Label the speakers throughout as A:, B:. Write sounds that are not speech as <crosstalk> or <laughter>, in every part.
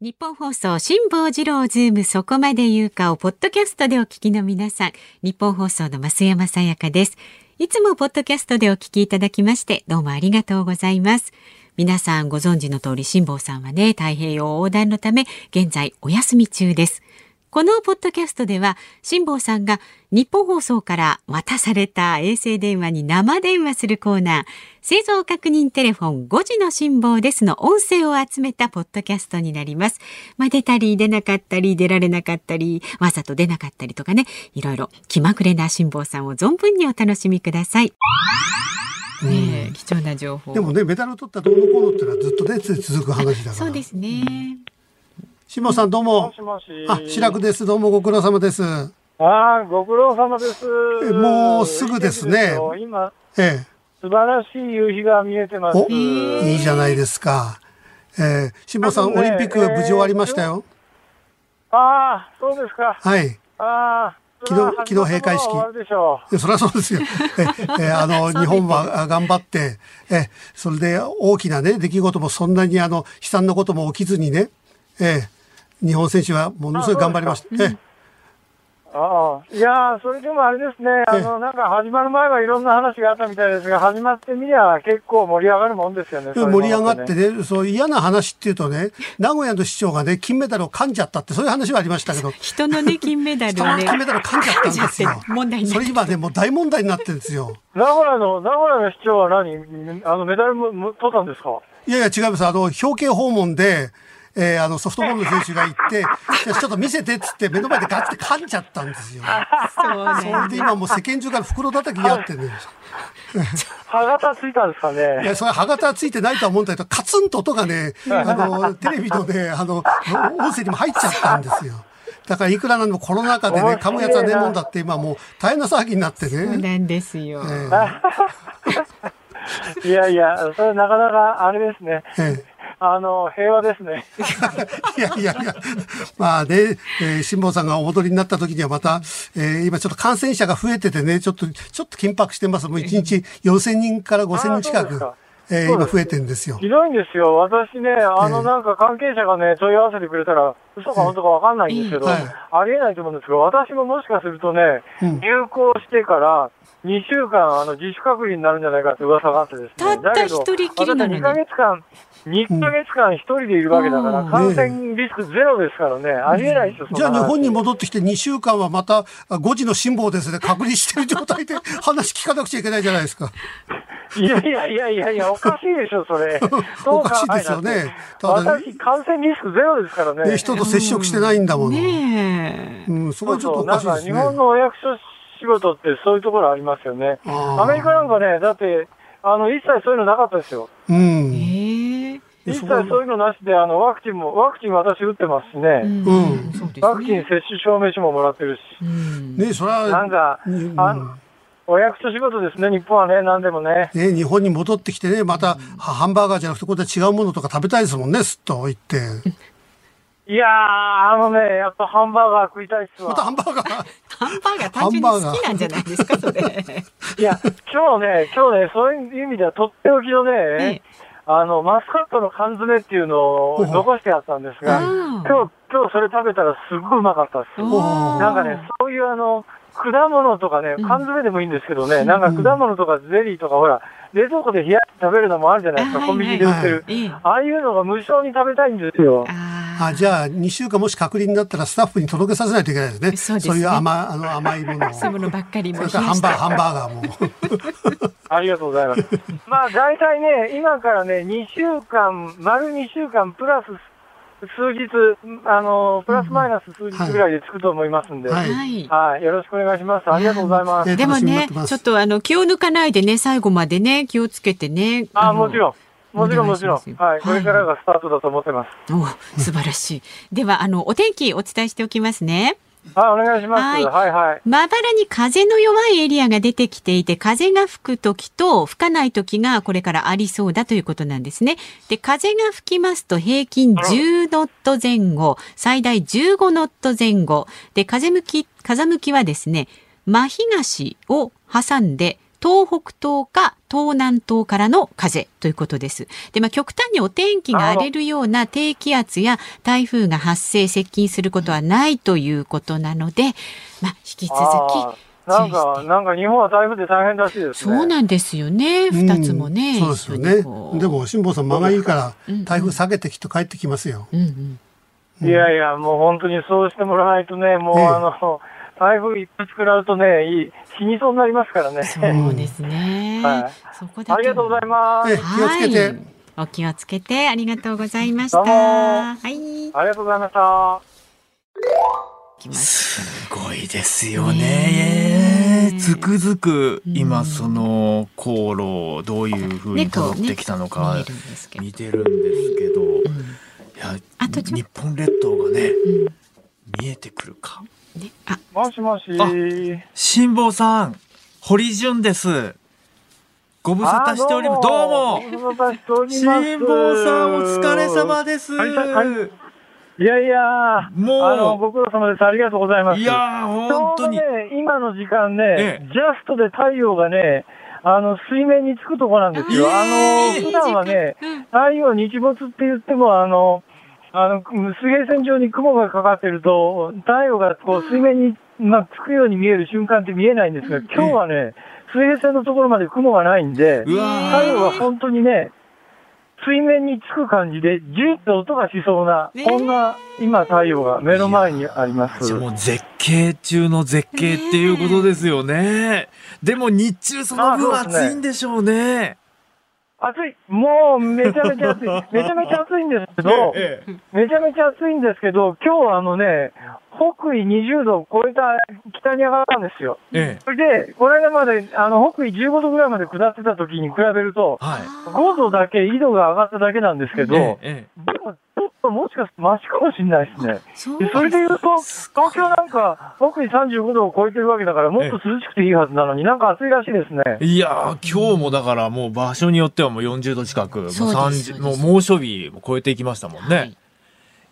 A: 日本放送、辛坊治郎ズーム、そこまで言うかを、ポッドキャストでお聞きの皆さん、日本放送の増山さやかです。いつもポッドキャストでお聞きいただきまして、どうもありがとうございます。皆さんご存知の通り、辛坊さんはね、太平洋横断のため、現在お休み中です。このポッドキャストでは、辛坊さんが日本放送から渡された衛星電話に生電話するコーナー、製造確認テレフォン5時の辛坊ですの音声を集めたポッドキャストになります。まあ、出たり出なかったり出られなかったり、わざと出なかったりとかね、いろいろ気まぐれな辛坊さんを存分にお楽しみください。ねえ貴重な情報。
B: でもね、メダルを取ったどうのこうのっていうのはずっとね、つ続く話だから。
A: そうですね。
B: 辛坊さんどうも
C: も。しもし。
B: あ、白くです。どうもご苦労様です。
C: ああ、ご苦労様です
B: え。もうすぐですね
C: いい天気よ今、
B: え
C: 素晴らしい夕日が見えてま
B: え。
C: す。
B: お、いいじゃないですか。ええ、辛坊さん、
C: あの
B: オ
C: ね
B: リンピックが無事終わりましたよ。
C: ああ、そうですか。
B: はい。
C: ああ、
B: 昨日昨日閉会式
C: 終わるでしょ
B: いやそりゃそうですよ。ええ
A: <laughs>
B: えあの、日本はあ頑張って、えそれで大きなね、出来事もそんなにあの、悲惨なことも起きずにね、ええ、日本選手はものすごい頑張りました。え
C: う。ああ、いやーそれでもあれですね。あの、なんか始まる前はいろんな話があったみたいですが、始まってみりゃ結構盛り上がるもんですよね。
B: え、盛り上がって
C: ね。
B: ね、そう嫌な話っていうとね、名古屋の市長がね、金メダルを噛んじゃったって、そういう話はありましたけど、
A: 人のね、金メダル
B: 人
A: を
B: の
A: ね。
B: 金メダル噛んじゃったんです
A: 噛ん
B: よ
A: じゃっ。て問題にな
B: そ
A: っ
B: れ
A: て
B: 今ね、もう大問題になってるんですよ。
C: 名古屋の、名古屋の市長は何あの、メダルもも取ったんですか
B: いやいや、違います。あの、表敬訪問で、えーあの、ソフトボールの選手が行って、じゃあちょっと見せてっつって、目の前でガチって噛んじゃったんですよ。
A: そうなん
B: そ
A: です
B: れで今もう世間中から袋叩きやってね。
C: 歯型ついたんですか
B: い
C: ね
B: や、それ歯型はついてないとは思うんだけど、カツンと音がね、あの、テレビのね、あの、音声にも入っちゃったんですよ。だからいくらなんでもコロナ禍でね、噛むやつはねえもんだって今もう大変な騒ぎになって
A: そう
B: ね。
A: なんですよ。
B: え
C: いやいや、それなかなかあれですね。
B: えええ <laughs>
C: あの、平和ですね。
B: いやいやいや、まあね、えー辛坊さんがお戻りになった時にはまた、えー今ちょっと感染者が増えててね、ちょっと、ちょっと緊迫してます。もう1日4000人から5000人近
C: あーそうです
B: く
C: か、
B: えー今増えてんですよ。
C: ひどいんですよ。私ね、あ
B: え
C: の、
B: え
C: なんか関係者がね、問い合わせてくれたら、嘘か本当かわかんないんですけど、
B: ええはい
C: ありえないと思うんですけど、私ももしかするとね、
B: うん
C: 入校してから、2週間、あの、自主隔離になるんじゃないかって噂があってですね。
A: たった
C: だけど
A: 一人きりなのに
C: 私2ヶ月間、2ヶ月間一人でいるわけだから、
A: うん
C: 感染リスクゼロですからね、ありえないですよ、
B: じゃあ日本に
C: も。
B: 戻ってきて2週間はまたあ5時の辛抱ですね、隔離してる状態で話聞かなくちゃいけないじゃないですか。。
C: いやいやいやいやいや、おかしいでしょ、それ
B: <laughs> おかしいですよね
C: どう考えた
B: た
C: っ
B: だ
C: て私、感染リスクゼロですから
B: で
C: ね。
B: 人と接触してないんだもの。
A: ねえ。
B: うん、そこ
C: そ
B: は
C: う
B: ちょっと
C: そ
B: おか
C: う、な
B: し
C: ん
B: いです
C: か日
B: ね。
C: 本のお役所仕事ってそういうところありますよね。
B: あー
C: アメリカなんかね、だって、あの、一切そういうのなかったですよ。
B: うん。
A: ええ。
B: で
C: 一切
B: そこは
C: そういうのなしで、あの、ワクチンも、ワクチン私打ってますしね。
B: うん
A: そうで
C: ワ
A: す
C: クチン
A: ね。
C: 接種証明書ももらってるし。
A: うん
B: ね、それは、
C: なんか、
B: うん
C: あの、お役所仕事ですね、日本はね、何でもね。
B: ね、日本に戻ってきてね、また、ハハンバーガーじゃなくて、これ違うものとか食べたいですもんね、すっと行って。
C: いやー、あのね、やっぱハンバーガー食いたいっすわ。
B: またハンバーガー。
A: ハンバーガー単純に好きなんじゃないですか、それ。
C: いや、今日ね、今日ね、そういう意味ではとっておきのね、あの、マスカットの缶詰っていうのを残してあったんです
A: う
C: が、
A: ん
C: 今日、今日それ食べたらすっごいうまかったです。
A: おー
C: なんかね、そういうあの、果物とかね、
A: ん
C: 缶詰でもいいんですけどね、なんか果物とかゼリーとかほら、冷蔵庫で冷やして食べるのもあるじゃないです
A: あ
C: か、コンビニで
B: はい
C: 売
B: は
C: っ
B: い
C: てる。
A: ええ。
C: ああいうのが無償に食べたいんですよ。
A: あ
B: あ、じゃあ、2週間もし隔離になったら、スタッフに届けさせないといけないですね。
A: そうですね
B: いう甘あの甘いものを。
A: あ。そういうものばっかり
B: そ
A: も
B: れ
A: 冷
B: からハ
A: や
B: ン
A: し
B: バー
A: た。
B: ハンバーガーも。
C: ありがとうございます。まあ、大体ね、今からね、2週間、丸2週間、プラス数日、あの、プラスマイナス数日ぐらいでつくと思いますんで、
B: は
C: はいい、
A: はい。
C: よろしくお願いします。ありがとうございます。
B: え
A: でもね、ちょっとあの気を抜かないでね、最後までね、気をつけてね。
C: あ、
A: の
C: もちろん。もちろ
A: お願
C: ん、も
A: い
C: ち
A: し
C: ろ
A: ま
C: ん
A: すよ。
C: はい、これからがスタートだと思ってます。
A: お素晴らしい。では、あの、お天気お伝えしておきますね。
C: はい、お願いします。
A: は
C: はいい、はい、はい。
A: まばらに風の弱いエリアが出てきていて、風が吹く時と吹かない時がこれからありそうだということなんですね。で、風が吹きますと平均10ノット前後、最大15ノット前後。で、風向き、風向きはですね、真東を挟んで東北東か東南東からの風ということです。で、まあ、極端にお天気が荒れるような低気圧や台風が発生、接近することはないということなので、まあ、引き続
C: あ
A: き、
C: ーなんか、なんか日本は台風で大変らしいですね。
A: そうなんですよね。
B: うん
A: 二つもね。
B: そうですよ
A: 一緒
B: ね
A: にこう
B: で、も辛坊さん間がいいか
A: うんうん
B: ら台風下げてきっと帰ってきますよ、
A: うんうん。
C: いやいや、もう本当にそうしてもらわないとね、もう
B: ええ
C: あの、台風一発食らうとね、いい死にそうになりますからね。
A: そうですね。
C: はい
A: そこだけは
C: ありがとうございます。
B: ええ気をつけて
A: はいお気をつけてありがとうございました。
C: どうも
A: はい。
C: ありがとうございました。
A: きます
D: すごいですよね
A: ねえ
D: つくづく
A: う
D: 今
A: ん
D: その航路をどういうふうに
A: 猫を
D: 辿
A: ね
D: ってきたの
A: 見
D: か
A: えるんですけど。
D: 見てるんですけど、いや
A: あとちょ
D: 日本列島がね
A: うん
D: 見えてくるか
A: ね、あ、
C: もしもし。
D: あ辛坊さん堀潤ですご無沙汰しておりますどうも
C: うも。ご無沙汰しております。
D: 辛坊さんお疲れ様です
C: はいはいいやいや、
D: もう
C: あの、ご苦労様です。ありがとうございます。
D: いやー
C: ちょ
D: 本
C: う
D: 当
C: ど
D: に
C: ね、今の時間ね、
D: ええ
C: ジャストで太陽がね、あの、水面につくとこなんですよ。
D: ええ
C: あの、普段はね、太陽日没って言っても、あの、あの、水平線上に雲がかかってると、太陽がこう水面に、まあ、つくように見える瞬間って見えないんですが、今日はね、水平線のところまで雲がないんで、
D: うわ
C: 太陽
D: ー
C: は本当にね、水面につく感じで、ジュッと音がしそうな、
A: ねえ
C: こんな、今太陽が目の前にあります。
D: じゃあもう絶景中の絶景っていうことですよね。でも日中その分
C: あそうですね
D: 暑いんでしょうね。
C: 暑い。もう、めちゃめちゃ
D: <laughs>
C: 暑い。めちゃめちゃ暑いんですけど、
D: ええ
C: めちゃめちゃ暑いんですけど、今日はあのね、北緯20度を超えた北に上がったんですよ。
D: ええ
C: それで、この間まで、あの、北緯15度ぐらいまで下ってた時に比べると、
D: はい。
C: 5度だけ、緯度が上がっただけなんですけど、
D: ええ
C: でも、ちょっともしかするとマシかもしれないですね。
A: そう
C: でそれで言うと、東京なんか、北緯35度を超えてるわけだから、もっと涼しくていいはずなのに、なんか暑いらしいですね。
D: ええいやー、今日もだからもう場所によってはもう40度近く、もう
A: そうです
D: 30、
A: そう
D: も
A: で
D: う
A: す
D: 猛暑日も超えていきましたもんね。
A: はい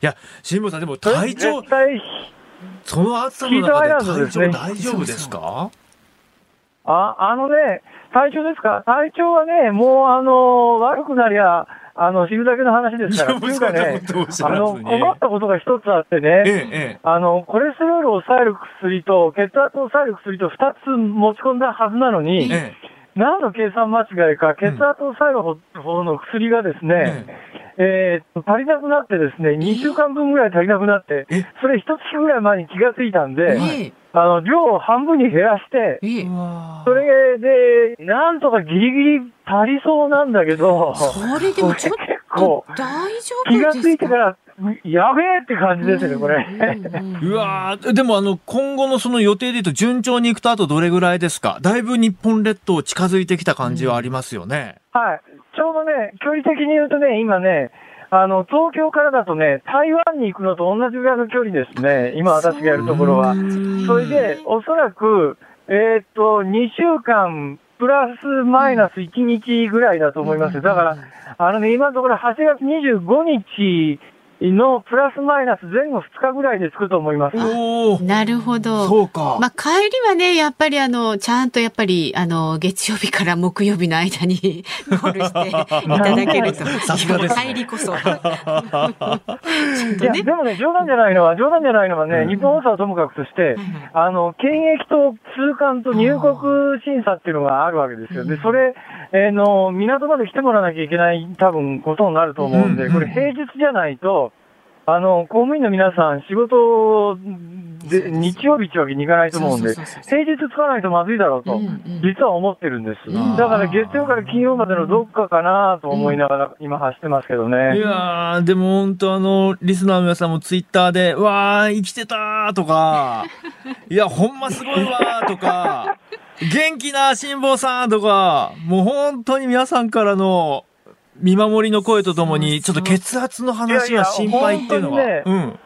D: い、や、辛坊さんでも体調
C: 絶、対、
D: その暑さ
C: ヒ
D: の中で体調
C: ートア
D: 大
A: イラ
D: 丈
A: ンド
D: 夫
A: ですね
D: ですか
C: あ、あのね、体調ですか体調はね、もうあの悪くなりゃ、あの、知るだけの話ですから。
D: いや
C: というかね
D: そんなことおっし、ゃ
C: あ
D: らず
C: の、
D: に
C: 困ったことが一つあって
D: ええ
C: ね、、
D: ええ。
C: あの、コレステロールを抑える薬と、血圧を抑える薬と二つ持ち込んだはずなのに、
D: え
C: 何の計算間違いか、血圧を抑える方の薬がです
D: え
C: ね、えーっと足りなくなってですね、2週間分ぐらい足りなくなって
D: え、
C: それ一月ぐらい前に気がついたんで、
A: え
C: あの、量を半分に減らして
A: え、え
D: え
A: え
D: うわー
C: それで、なんとかギリギリ足りそうなんだけど、
A: それでもちょっと
C: こ
A: 大丈
C: 気が
A: 夫で
C: つ
A: す
C: いてか、
A: から
C: やべえって感じですね、これ。
D: うわーでもあの、今後のその予定で言うと順調に行くとあとどれぐらいですかだいぶ日本列島近づいてきた感じはありますよね。
C: はい。ちょうどね、距離的に言うとね、今ね、あの、東京からだとね、台湾に行くのと同じぐらいの距離ですね、今私がやるところは。それで、おそらく、えーっと、2週間、プラスマイナス1日ぐらいだと思いますよ。だから、あのね、今のところ8月25日のプラスマイナス前後2日ぐらいで着くと思います。
D: おお、
A: なるほど。
D: そうか。
A: まあ、帰りはね、やっぱりあの、ちゃんとやっぱり、あの、月曜日から木曜日の間に <laughs> ゴールしていただける
C: <laughs>
A: と。
D: さすがですね
A: 帰りこそ。ちょっ
C: い
A: と
C: や、
A: ね
C: で。もね、冗談じゃないのは、冗談じゃないのはね、
D: うん
C: 日本放送はともかくとして、あの、検疫と通関と入国審査っていうのがあるわけですよ。で、それ、えーの、港まで来てもらわなきゃいけない、多分、ことになると思うん
D: う
C: で、
D: ん
C: これ平日じゃないと、あの、公務員の皆さん、仕事で、日曜日ってわけにいかないと思うんで
A: そうそうそう、そ
C: 平日つかないとまずいだろうと
A: うんうん、
C: 実は思ってるんです。
D: うん
C: だから月曜から金曜までのどっかかなと思いながら、今走ってますけど
D: い
C: ね。
D: やー、でも本当あの、リスナーの皆さんもツイッターで、わー、生きてたーとか、いや、ほんますごいわーとか、元気な辛坊さんとか、もう本当に皆さんからの見守りの声とともに、ち
A: そ
D: ょ
A: う
D: っ
A: そう
D: と血圧の話が心配っていうの
C: いやい
D: が
C: や、
D: うん。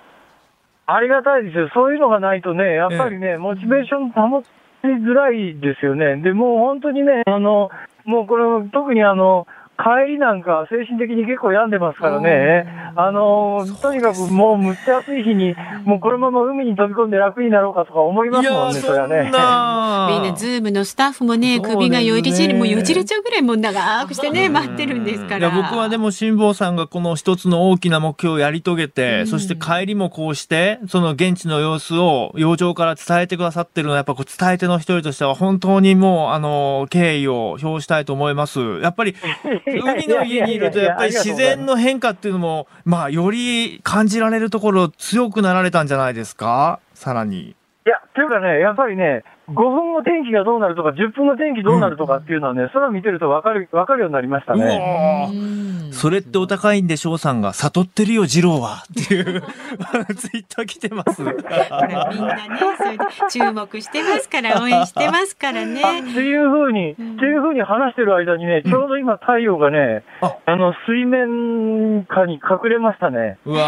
C: ありがたいですよ。そういうのがないとね、やっぱりね、モチベーション保ちづらいですよね。で、もう本当にね、あの、もうこれ、特にあの、帰りなんか精神的に結構病んでますからね、あのーとにかくもうむっちゃ暑い日に、もうこのまま海に飛び込んで楽になろうかとか思いま
D: い
C: すも
D: や
C: んね、そ
D: そ
C: れは
D: ん
C: ね。
D: な
A: みんなズームのスタッフもね、
D: そうですね
A: 首がよりじり、もうよじれちゃうぐらいもう長くしてね、待ってるんですか
D: いや
A: ら。
D: 僕はでも辛坊さんがこの一つの大きな目標をやり遂げて、そして帰りもこうしてその現地の様子を洋上から伝えてくださってるのはやっぱこう伝え手の一人としては本当にもうあの敬意を表したいと思いますやっぱり海の家にいるとやっぱり自然の変化っていうのもまあより感じられるところ強くなられたんじゃないですかさらに。
C: いや、というかね、やっぱりね、5分の天気がどうなるとか、10分の天気どうなるとかっていうのはね、空見てると分かる、分かるようになりました
D: うわ
C: ね。
D: ー
A: うん
D: それってお高いんで翔さんが悟ってるよ二郎はっていう <laughs> ツイッター来てます。
A: ほらみんなね、それで注目してますから、応援してますからね。
C: あ
D: <laughs>
C: っていうふうに、っていうふうに話してる間にね、ちょうど今太陽がね、
D: あ
C: あの、水面下に隠れましたね。
D: うわ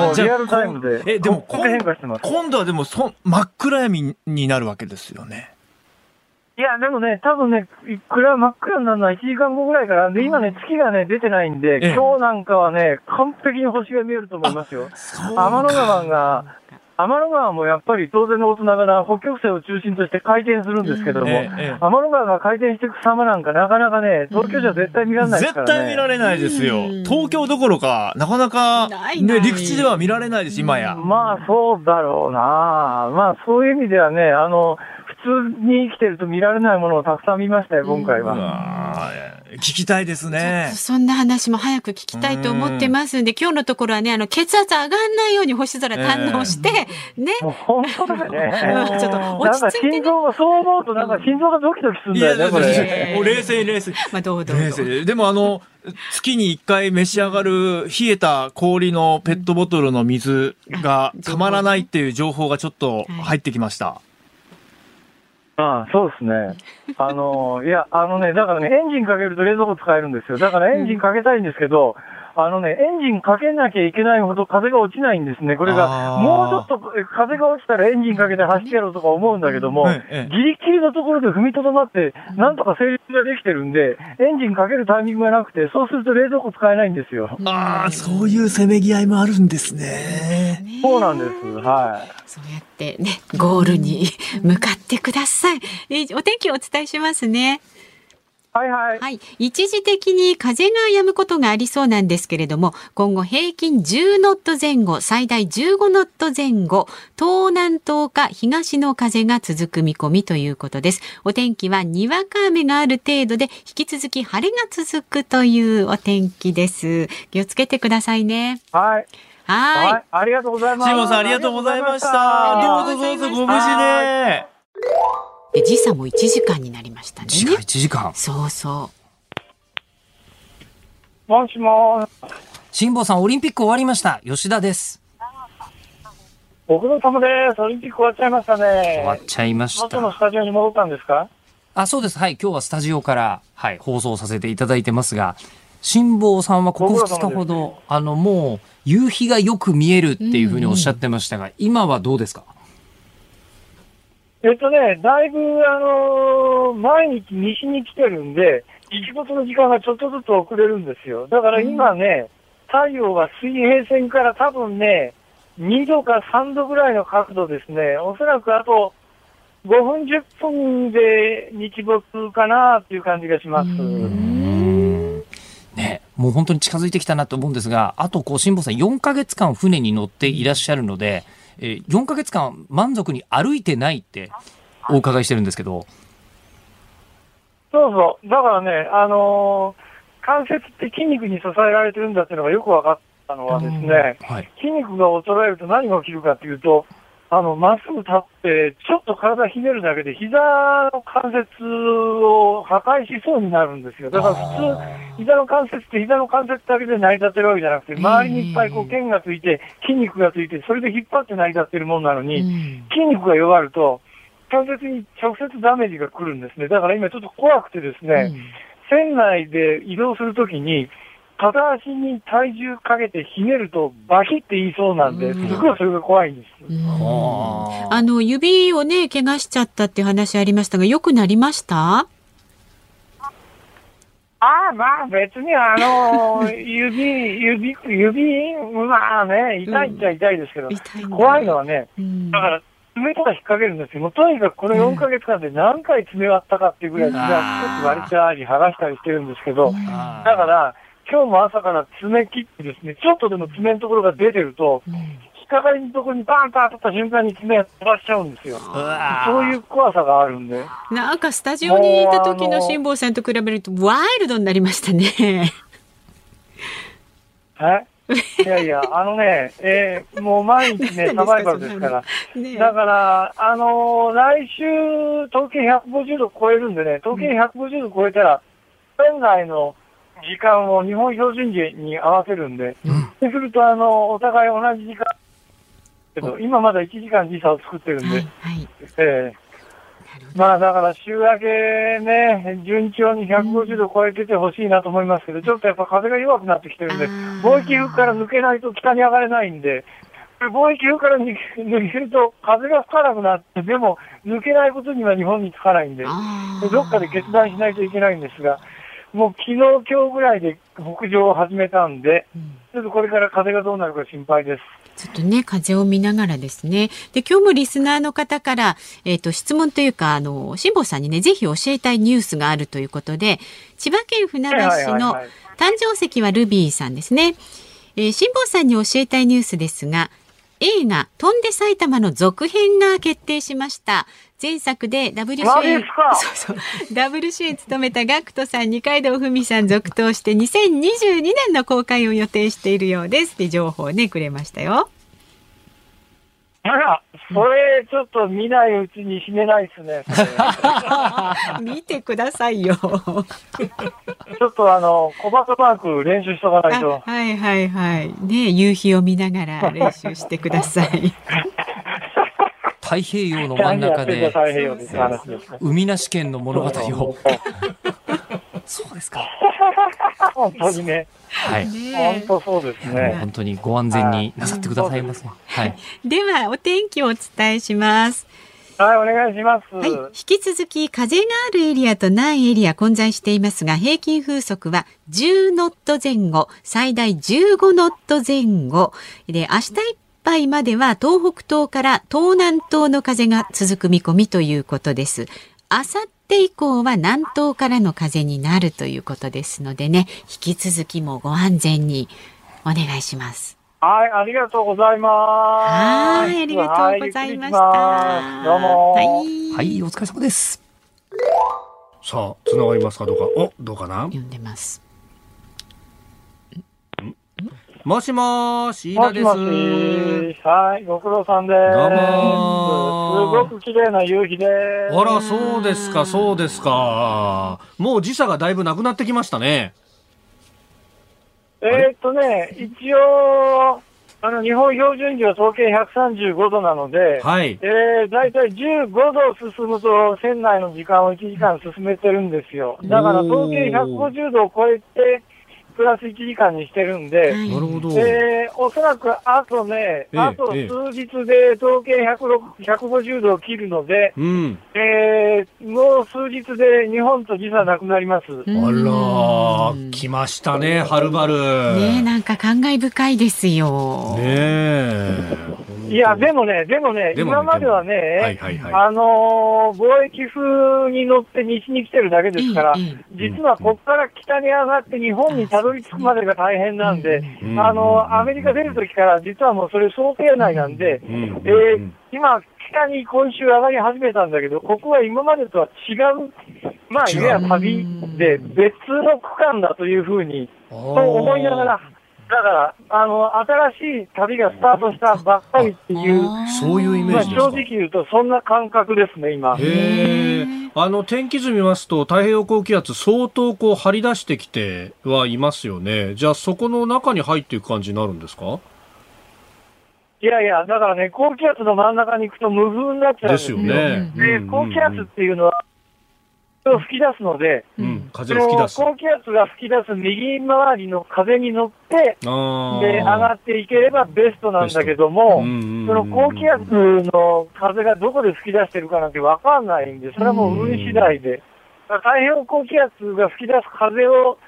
D: ー
C: もう
D: じゃあ
C: リアルタイムで
D: こんえでも
C: こんな変化してます
D: 今度はでもそん真っ暗闇になるわけですよね。
C: いや、でもね、多分ね、いくら真っ暗になるのは1時間後ぐらいから、で、今ね、月がね、出てないんで、
D: ええ
C: 今日なんかはね、完璧に星が見えると思いますよ。
D: そう
C: 天の川が、天の川もやっぱり当然のことながら北極星を中心として回転するんですけども、
D: ええええ
C: 天の川が回転していく様なんかなかなかね、東京じゃ絶対見られないですから
D: 絶
C: ね。
D: 対見られないです
A: う
D: よ
A: ん。
D: 東京どころかなかなか
A: ないな
D: ね
A: い
D: 陸地では見られないです今や。
C: まあそうだろうなまあそういう意味ではね、あの、普通に生きてると見られないものをたくさん見ましたよ、今回は。
D: うわー聞きたいですね。
A: そんな話も早く聞きたいと思ってますんで、今日のところはね、あの、血圧上がんないように星空堪能して、ね。
C: もう本当
A: <laughs>
C: だよね。
A: ちょっと
C: な
A: 落
C: んか
A: ち着いてね
C: 心。臓が、そう思うとなんか心臓がドキドキするん
D: い
C: だ
D: や
C: よね、こ
A: いやいや
C: れ。
A: いれ
D: もう冷静に冷静。
A: まあ、どうどう
D: 冷
A: ぞ。
D: 静でもあの、月に一回召し上がる冷えた氷のペットボトルの水がたまらないっていう情報がちょっと入ってきました。
C: ああ、そうですね。あの、いや、あのね、だからね、エンジンかけると冷蔵庫使えるんですよ。だからエンジンかけたいんですけど、あのね、エンジンかけなきゃいけないほど風が落ちないんですね。これ
D: あ
C: が、
D: ー
C: もうちょっとえ風が落ちたらエンジンかけて走ってやろうとか思うんだけども、
D: えええ
C: <laughs>
D: え
C: ギリギリのところで踏みとどまって、なんとか成立ができてるんで、エンジンかけるタイミングがなくて、そうすると冷蔵庫使えないんですよ。
D: ああ、そういうせめぎ合いもあるんですね。
A: ね
C: そうなんです。はい。
A: そうやってね、ゴールに向かってください。えーお天気をお伝えしますね。
C: はいはい。
A: はい。一時的に風が止むことがありそうなんですけれども、今後平均10ノット前後、最大15ノット前後、東南東か東の風が続く見込みということです。お天気はにわか雨がある程度で、引き続き晴れが続くというお天気です。気をつけてくださいね。
C: はい。
A: はい。
C: はい。ありがとうございます。
D: シモさんありがとうございました。
A: あ
D: ど
A: り
D: うぞ
A: がと
D: ど
A: う
D: う
A: ございました
D: ぞご無事で。
A: で時差も1時間になりましたね。
D: 時間1時間。
A: そうそう。
C: もしもーし。
E: 辛坊さん、オリンピック終わりました。吉田です。
C: ご苦労様です。オリンピック終わっちゃいましたね。
E: 終わっちゃいまし
C: 元の
E: た。
C: スタジオに戻ったんですか
E: あ、そうです。はい。今日はスタジオから、はい、放送させていただいてますが、辛坊さんはこ
C: ご
E: こ
C: 苦労様
E: 2日ほど、あの、もう、夕日がよく見えるっていうふうにおっしゃってましたが、今はどうですか
C: えっとね、だいぶ、あのー毎日西に来てるんで、日没の時間がちょっとずつ遅れるんですよ。だから今ね、太陽が水平線から多分ね、2度か3度ぐらいの角度ですね。おそらくあと5分10分で日没かなっていう感じがします。
E: ね、もう本当に近づいてきたなと思うんですが、あと、こう、辛坊さん、4ヶ月間船に乗っていらっしゃるので、えー4ヶ月間満足に歩いてないって、お伺いしてるんですけど、
C: そうそう。だからね、あのー関節って筋肉に支えられてるんだっていうのがよく分かったのはですね、
E: はい。
C: 筋肉が衰えると何が起きるかっていうと、あの、まっすぐ立って、ちょっと体ひねるだけで膝の関節を破壊しそうになるんですよ。だから普通、膝の関節って膝の関節だけで成り立ってるわけじゃなくて、周りにいっぱいこう腱がついて、筋肉がついて、それで引っ張って成り立ってるものなのに、
A: うん
C: 筋肉が弱ると、関節に直接ダメージが来るんですね。だから今ちょっと怖くてですね、船内で移動するときに、片足に体重かけてひねるとバキって言いそうなんで、す
A: うん
C: ごいそれが怖いんです。
A: うん
E: あー
A: あの指をね怪我しちゃったっていう話ありましたが良くなりました？
C: あああ、まあ別にあの、 <laughs> 指、指、指、まあね、痛いっちゃ痛いですけど、
A: 痛いね
C: 怖いのはね、
A: うん
C: だから、爪から引っ掛けるんですけど、もうとにかくこの4ヶ月間で何回爪割ったかっていうぐらい爪は少し割れたり剥がしたりしてるんですけど、だか
E: あ
C: ら、今日も朝から爪切ってですね、ちょっとでも爪のところが出てると、引っかかりのところにバーンと当たった瞬間に爪が飛ばしちゃうんですよ。
E: ーうわー
C: そういう怖さがあるんで。
A: なんかスタジオにいた時の辛坊さんと比べるとワイルドになりましたね。
C: えいやいや、あのね、えーもう毎日ね、
A: 何ですか
C: サバイバルですから。
A: ねえ
C: だから、あのー来週、統計150度超えるんでね、統計150度超えたら、現在の時間を日本標準時に合わせるんで、そうすると、あの、お互い同じ時間、けど、今まだ1時間時差を作ってるん
A: は
C: で、
A: い、はい、
C: え
A: なる
C: えまあだから週明けね、順調に150度超えててほしいなと思いますけど、ちょっとやっぱ風が弱くなってきてるんで
A: あー、
C: 貿易風から抜けないと北に上がれないんで、貿易風から抜け抜けると風が吹かなくなって、でも抜けないことには日本につかないんで、
A: あー
C: どっかで決断しないといけないんですが、もう昨日今日ぐらいで北上を始めたんで、ちょっとこれから風がどうなるか心配です。
A: ちょっとね、風を見ながらですね。で、今日もリスナーの方から、えっ、と、質問というか、あの、辛坊さんにね、ぜひ教えたいニュースがあるということで、千葉県船橋
C: はいはい
A: の
C: はい
A: 誕生石はルビーさんですね。えー辛坊さんに教えたいニュースですが、映画、飛んで埼玉の続編が決定しました。前作で W 主
C: マジっ
A: 演
C: すか、
A: そうそう、ダブル主演務めたガクトさん、二階堂ふみさん続投して2022年の公開を予定しているようですって情報をね、くれましたよ。
C: あら、それ、ちょっと見ないうちに死ねないですね。それ
A: 見てくださいよ。
C: ちょっとあの、小バカパーク練習しとかない
A: あ
C: と。
A: はいはいはい。ね夕日を見ながら練習してください。
E: 太平洋の真ん中で
C: 太平洋です話ですね。
E: 海なし県の物語をそうですか
C: 本当にね、
E: はい
C: 本
A: ね
C: 当そうですね。
E: 本当にご安全になさってくださいませはい
A: では、お天気をお伝えします。
C: はい、お願いします。
A: はい、引き続き風があるエリアとないエリア混在していますが平均風速は10ノット前後最大15ノット前後で明日いっぱいまでは東北東から東南東の風が続く見込みということです。あさって以降は南東からの風になるということですのでね引き続きもうご安全にお願いします。
C: はい、ありがとうございます。
A: はい、ありがとうございました。
C: はいゆっくり行きますどうも。
A: はい、
E: はいお疲れ様です
F: さあ、繋がりますかどうか。お、どうかな
A: 読んでます。
F: もしもーし、飯
C: も
F: 田
C: し
F: で
C: もし
F: す。、
C: はい、ご苦労さんです。
F: どうもー
C: すごく綺麗な夕日です。
F: あら、そうですか、そうですか。もう時差がだいぶなくなってきましたね。
C: えー、っとね、一応、あの、日本標準時は統計135度なので、
F: はい。
C: えー、だいたい15度進むと、船内の時間を1時間進めてるんですよ。だから、統計150度を超えて、プラス1時間にしてるんで、
F: なるほど。
C: えー、おそらくあとね、
F: ええ
C: あと数日で統計106 150度を切るので、
F: うん。
C: えー、もう数日で日本と時差なくなります。
F: あらー、来ましたね、はるばる。
A: ねえ、なんか感慨深いですよ。
F: ねえ。
C: いや、でもね、でもね、
F: でもね
C: 今まではね、
F: はいはいはい。
C: あのー貿易風に乗って西に来てるだけですから
A: ええ、
C: 実はここから北に上がって日本にたどり着くまでが大変なんで、
F: うん
C: あのーアメリカ出るときから実はもうそれ想定内なんで、
F: うんうん
C: えー今、北に今週上がり始めたんだけど、ここは今までとは違う、まあ、いわゆる旅で別の区間だというふうに、と思いながら、だから、あの、新しい旅がスタートしたばっかりっていう、
F: そういうイメ
C: ま
F: ー
C: あ、
F: ジですか
C: 正直言うと、そんな感覚ですね、今。
F: へえ。あの、天気図見ますと、太平洋高気圧相当こう張り出してきてはいますよね。じゃあそこの中に入っていく感じになるんですか
C: いやいや、だからね、高気圧の真ん中に行くと無風になっちゃうん
F: で
C: ですす
F: よ
C: よ。
F: ね。
C: で、高気圧っていうのは、吹き出すので、
F: うん、うん、風が吹き出す
C: そ。の高気圧が吹き出す右回りの風に乗って、
F: あ
C: で、上が
F: っ
C: っていければベストなんだけども、その高気圧の風がどこで吹き出してるかなんてわかんないんで、それはもう運次第で。太平洋高気圧が吹き出す風を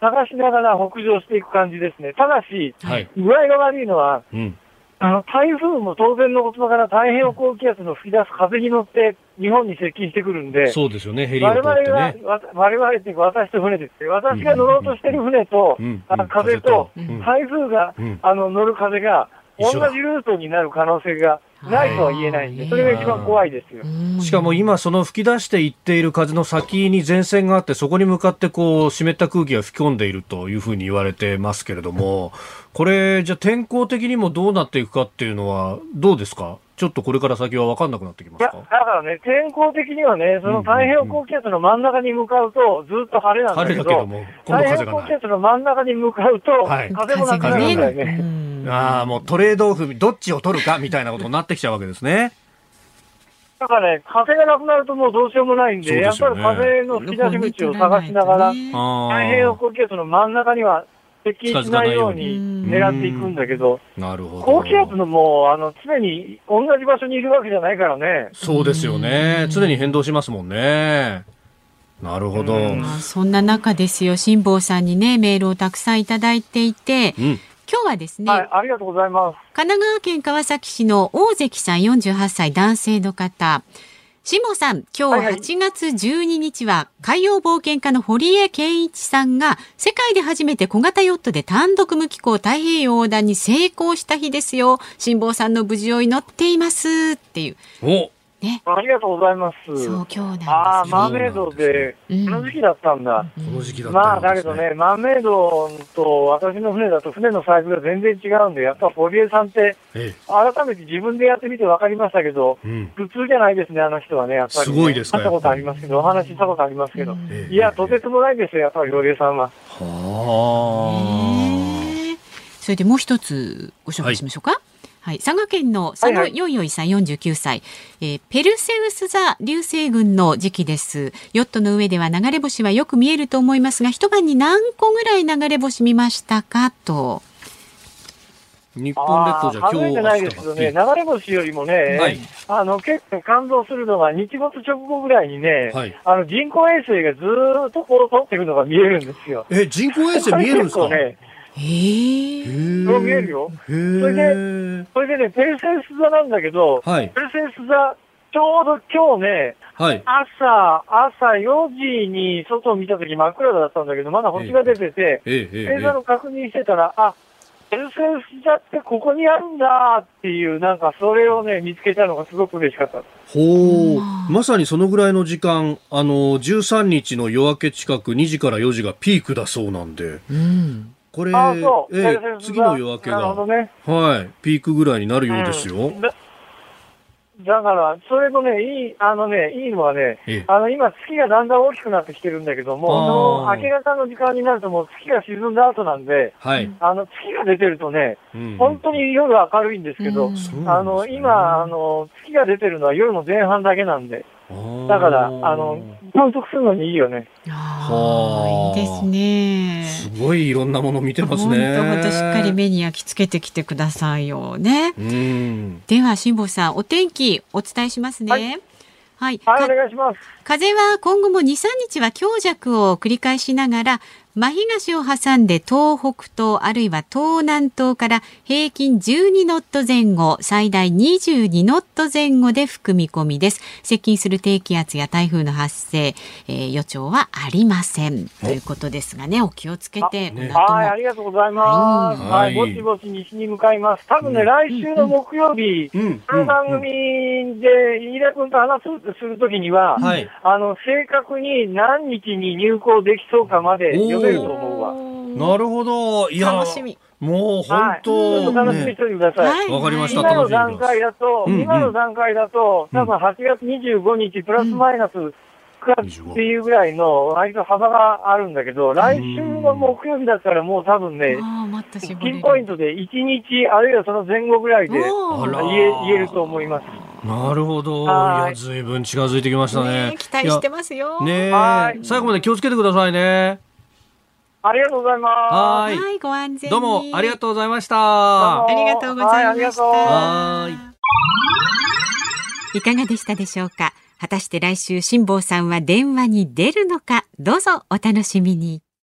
C: 流しながら北上していく感じですね。ただし、
F: はい。
C: 具合が悪いのは、
F: うん。
C: あの、台風も当然のことながら太平洋高気圧の吹き出す風に乗って日本に接近してくるんで、
F: そうですよね、ヘリを
C: 我
F: 通
C: 々
F: って
C: が
F: ね。、
C: わた我々っていうか私と船ですね。私が乗ろうとしてる船と、
F: うん。
C: あの風と、
F: うん
C: 台風が、
F: うん
C: あの、乗る風が、同
F: 一
C: じ
F: 緒だ
C: ルートになる可能性がないとは言えないん
A: は
C: で、
A: い
C: それが一番怖いですよ。
F: しかも今その吹き出していっている風の先に前線があってそこに向かってこう湿った空気が吹き込んでいるというふうに言われてますけれどもこれじゃあ天候的にもどうなっていくかっていうのはどうですかちょっとこれから先は分かんなくなってきま
C: い
F: す
C: や、だ
F: か
C: からね、天候的にはね、その太平洋高気圧の真ん中に向かうと、ずっと晴れなんだ
F: 晴
C: け
F: れ
C: ど、
F: だけども今
C: 太
F: 度
C: 平
F: 風
C: 洋
F: が
C: 高
F: な
C: 気
F: い
C: 圧の真ん中に向かうと、
F: はい
C: 風もなくな
F: 風
C: る
F: が
C: んだよ
F: ね
C: ね。
F: ああもうトレードオフどっちを取るかみたいなことになってきちゃうわけですね
C: だからね、風がなくなるともうどうしようもないんで、
F: そう
C: や
F: で
C: っ
F: す
C: ぱ
F: よ
C: り
F: ね
C: 風の吹き出し口を探しながら、
A: うん
F: あ
C: 太
F: あ
C: 平洋高気圧の真ん中には接近しないように狙っていくんだけど、
F: なるほど
C: 高気圧のもう、あの、常に同じ場所にいるわけじゃないからね。
F: そうですよね常に変動しますもんねなるほど
C: うん
A: まあそんな中ですよ辛坊さんにねメールをたくさんいただいていて
F: うん
A: 今日はですね、
C: はい、ありがとうございます。
A: 神奈川県川崎市の大関さん48歳男性の方。辛坊さん、今
C: はいはい
A: 日8月12日は海洋冒険家の堀江謙一さんが世界で初めて小型ヨットで単独無寄港太平洋横断に成功した日ですよ。辛坊さんの無事を祈っていますっていう。
F: お
A: ね。
C: ありがとうございます。
A: そう、今日な
C: ああ、
A: んですよ。
C: マーメイドで、こ
A: うん
C: の時期だったんだ。
F: この時期だった
C: まあ、
F: よう
C: だけ
F: ですね
C: どね、マーメイドと私の船だと船のサイズが全然違うんで、やっぱ堀江さんって、
F: え
C: 改めて自分でやってみて分かりましたけど、
F: えうん
C: 普通じゃないですね、あの人はね、やっぱりね、
F: すごいですか
C: 会ったことありますけど、お話ししたことありますけど。
F: ええ
C: いや、とてつもないですよ、やっぱり堀江さんは。
A: へ
F: は
A: ーそれでもう一つご紹介しましょうか。はい佐賀県の佐野よいよいさん49歳、えーペルセウス座流星群の時期ですヨットの上では流れ星はよく見えると思いますが一晩に何個ぐらい流れ星見ましたかと
F: あ。日本列島じゃ
C: あー
F: 今
C: 数え
F: 日
C: てないですけどね、流れ星よりもね、
F: はい
C: あの結構感動するのが、日没直後ぐらいにね、
F: はい
C: あの人工衛星がずーっとこう撮っていくのが見えるんですよ。
F: え、人工衛星見えるんですか
C: あれ結構ね、
A: えー、
C: そう見えるよ。
F: へ
C: それ
F: ー。
C: それでね、ペルセウス座なんだけど、
F: はい
C: ペルセウス座、ちょうど今日ね、
F: はい。
C: 朝、朝4時に外を見たとき真っ暗だったんだけど、まだ星が出てて、
F: ええ、ええ
C: 星座の確認してたら、あ、ペルセウス座ってここにあるんだっていう、なんかそれをね、見つけたのがすごく嬉しかった。
F: ほう。まさにそのぐらいの時間、あの、13日の夜明け近く、2時から4時がピークだそうなんで、
A: うん、
F: これ、
C: ああ、そう。
F: え
C: ペ
F: え
C: ルセウス座
F: 次の夜明け
C: なるほど
F: が、
C: ね。
F: はい、ピークぐらいになるようですよ。
C: だだから、それもね、いい、あのね、いいのはね
F: ええ、
C: あの、今、月がだんだん大きくなってきてるんだけども、そ
F: あー
C: の明け方の時間になるともう月が沈んだ後なんで、
F: はい。
C: あの、月が出てるとね、
F: うん
C: 本当に夜明るいんですけど、
A: うん
F: そうな
C: あ
F: んで
C: の、
F: すね
C: 今、あ、の、月が出てるのは夜の前半だけなんで、だ
F: だ
C: から、あの、観測するのにいいよね。
A: あ
F: は
A: ー
F: あ
A: いいですね
F: すごいいろんなもの見てますね。
A: 本当本当しっかり目に焼き付けてきてくださいよね
F: うん。
A: では辛坊さんお天気お伝えしますね
C: は
A: はい
C: い、
A: か
C: はい、お願いします。
A: 風は今後も2、3日は強弱を繰り返しながら、真東を挟んで東北東あるいは東南東から平均12ノット前後、最大22ノット前後で吹く見込みです。接近する低気圧や台風の発生、えー予兆はありません。ということですがね、お気をつけて、この後も
C: はい、ありがとうございます。
F: うん
C: は、
F: はいい
C: ぼちぼち西に向かいます。多分ね、来週の木曜日、
F: うん
C: この番組で飯田君と話すするときには、
F: はい。
C: あの、正確に何日に入校できそうかまで読めると思うわ。
F: なるほど。いや、
A: 楽しみ。
F: もう
C: は
F: 本
C: い。ちょっと
F: 当、
C: 楽しみにし
F: ね
C: ておいてください。
A: はい
F: わかりました
C: 今の
F: 楽しみ
C: 段階だと、
F: うんうん
C: 今の段階だと、多分8月25日プラスマイナス9月っていうぐらいの割と幅があるんだけど、来週の木曜日だったらもう多分ね、
A: ああ、また絞
C: ピ
A: れ
C: ン
A: る。
C: ポイントで1日、あるいはその前後ぐらいで
A: おー
F: あら
C: 言え言えると思います。
F: なるほど。い
C: はい
F: や、随分近づいてきました
A: ね
F: ね
A: え。期待してますよ。
F: いやねえ
C: はい
F: 最後まで気をつけてくださいね。
C: ありがとうございます。
A: は、
F: はいーい。
A: ご安全に。
F: どうもありがとうございました。
C: どうも
A: ありがとうございました。
C: はい
F: ありがとう
A: いかがでしたでしょうか。果たして来週辛坊さんは電話に出るのかどうぞお楽しみに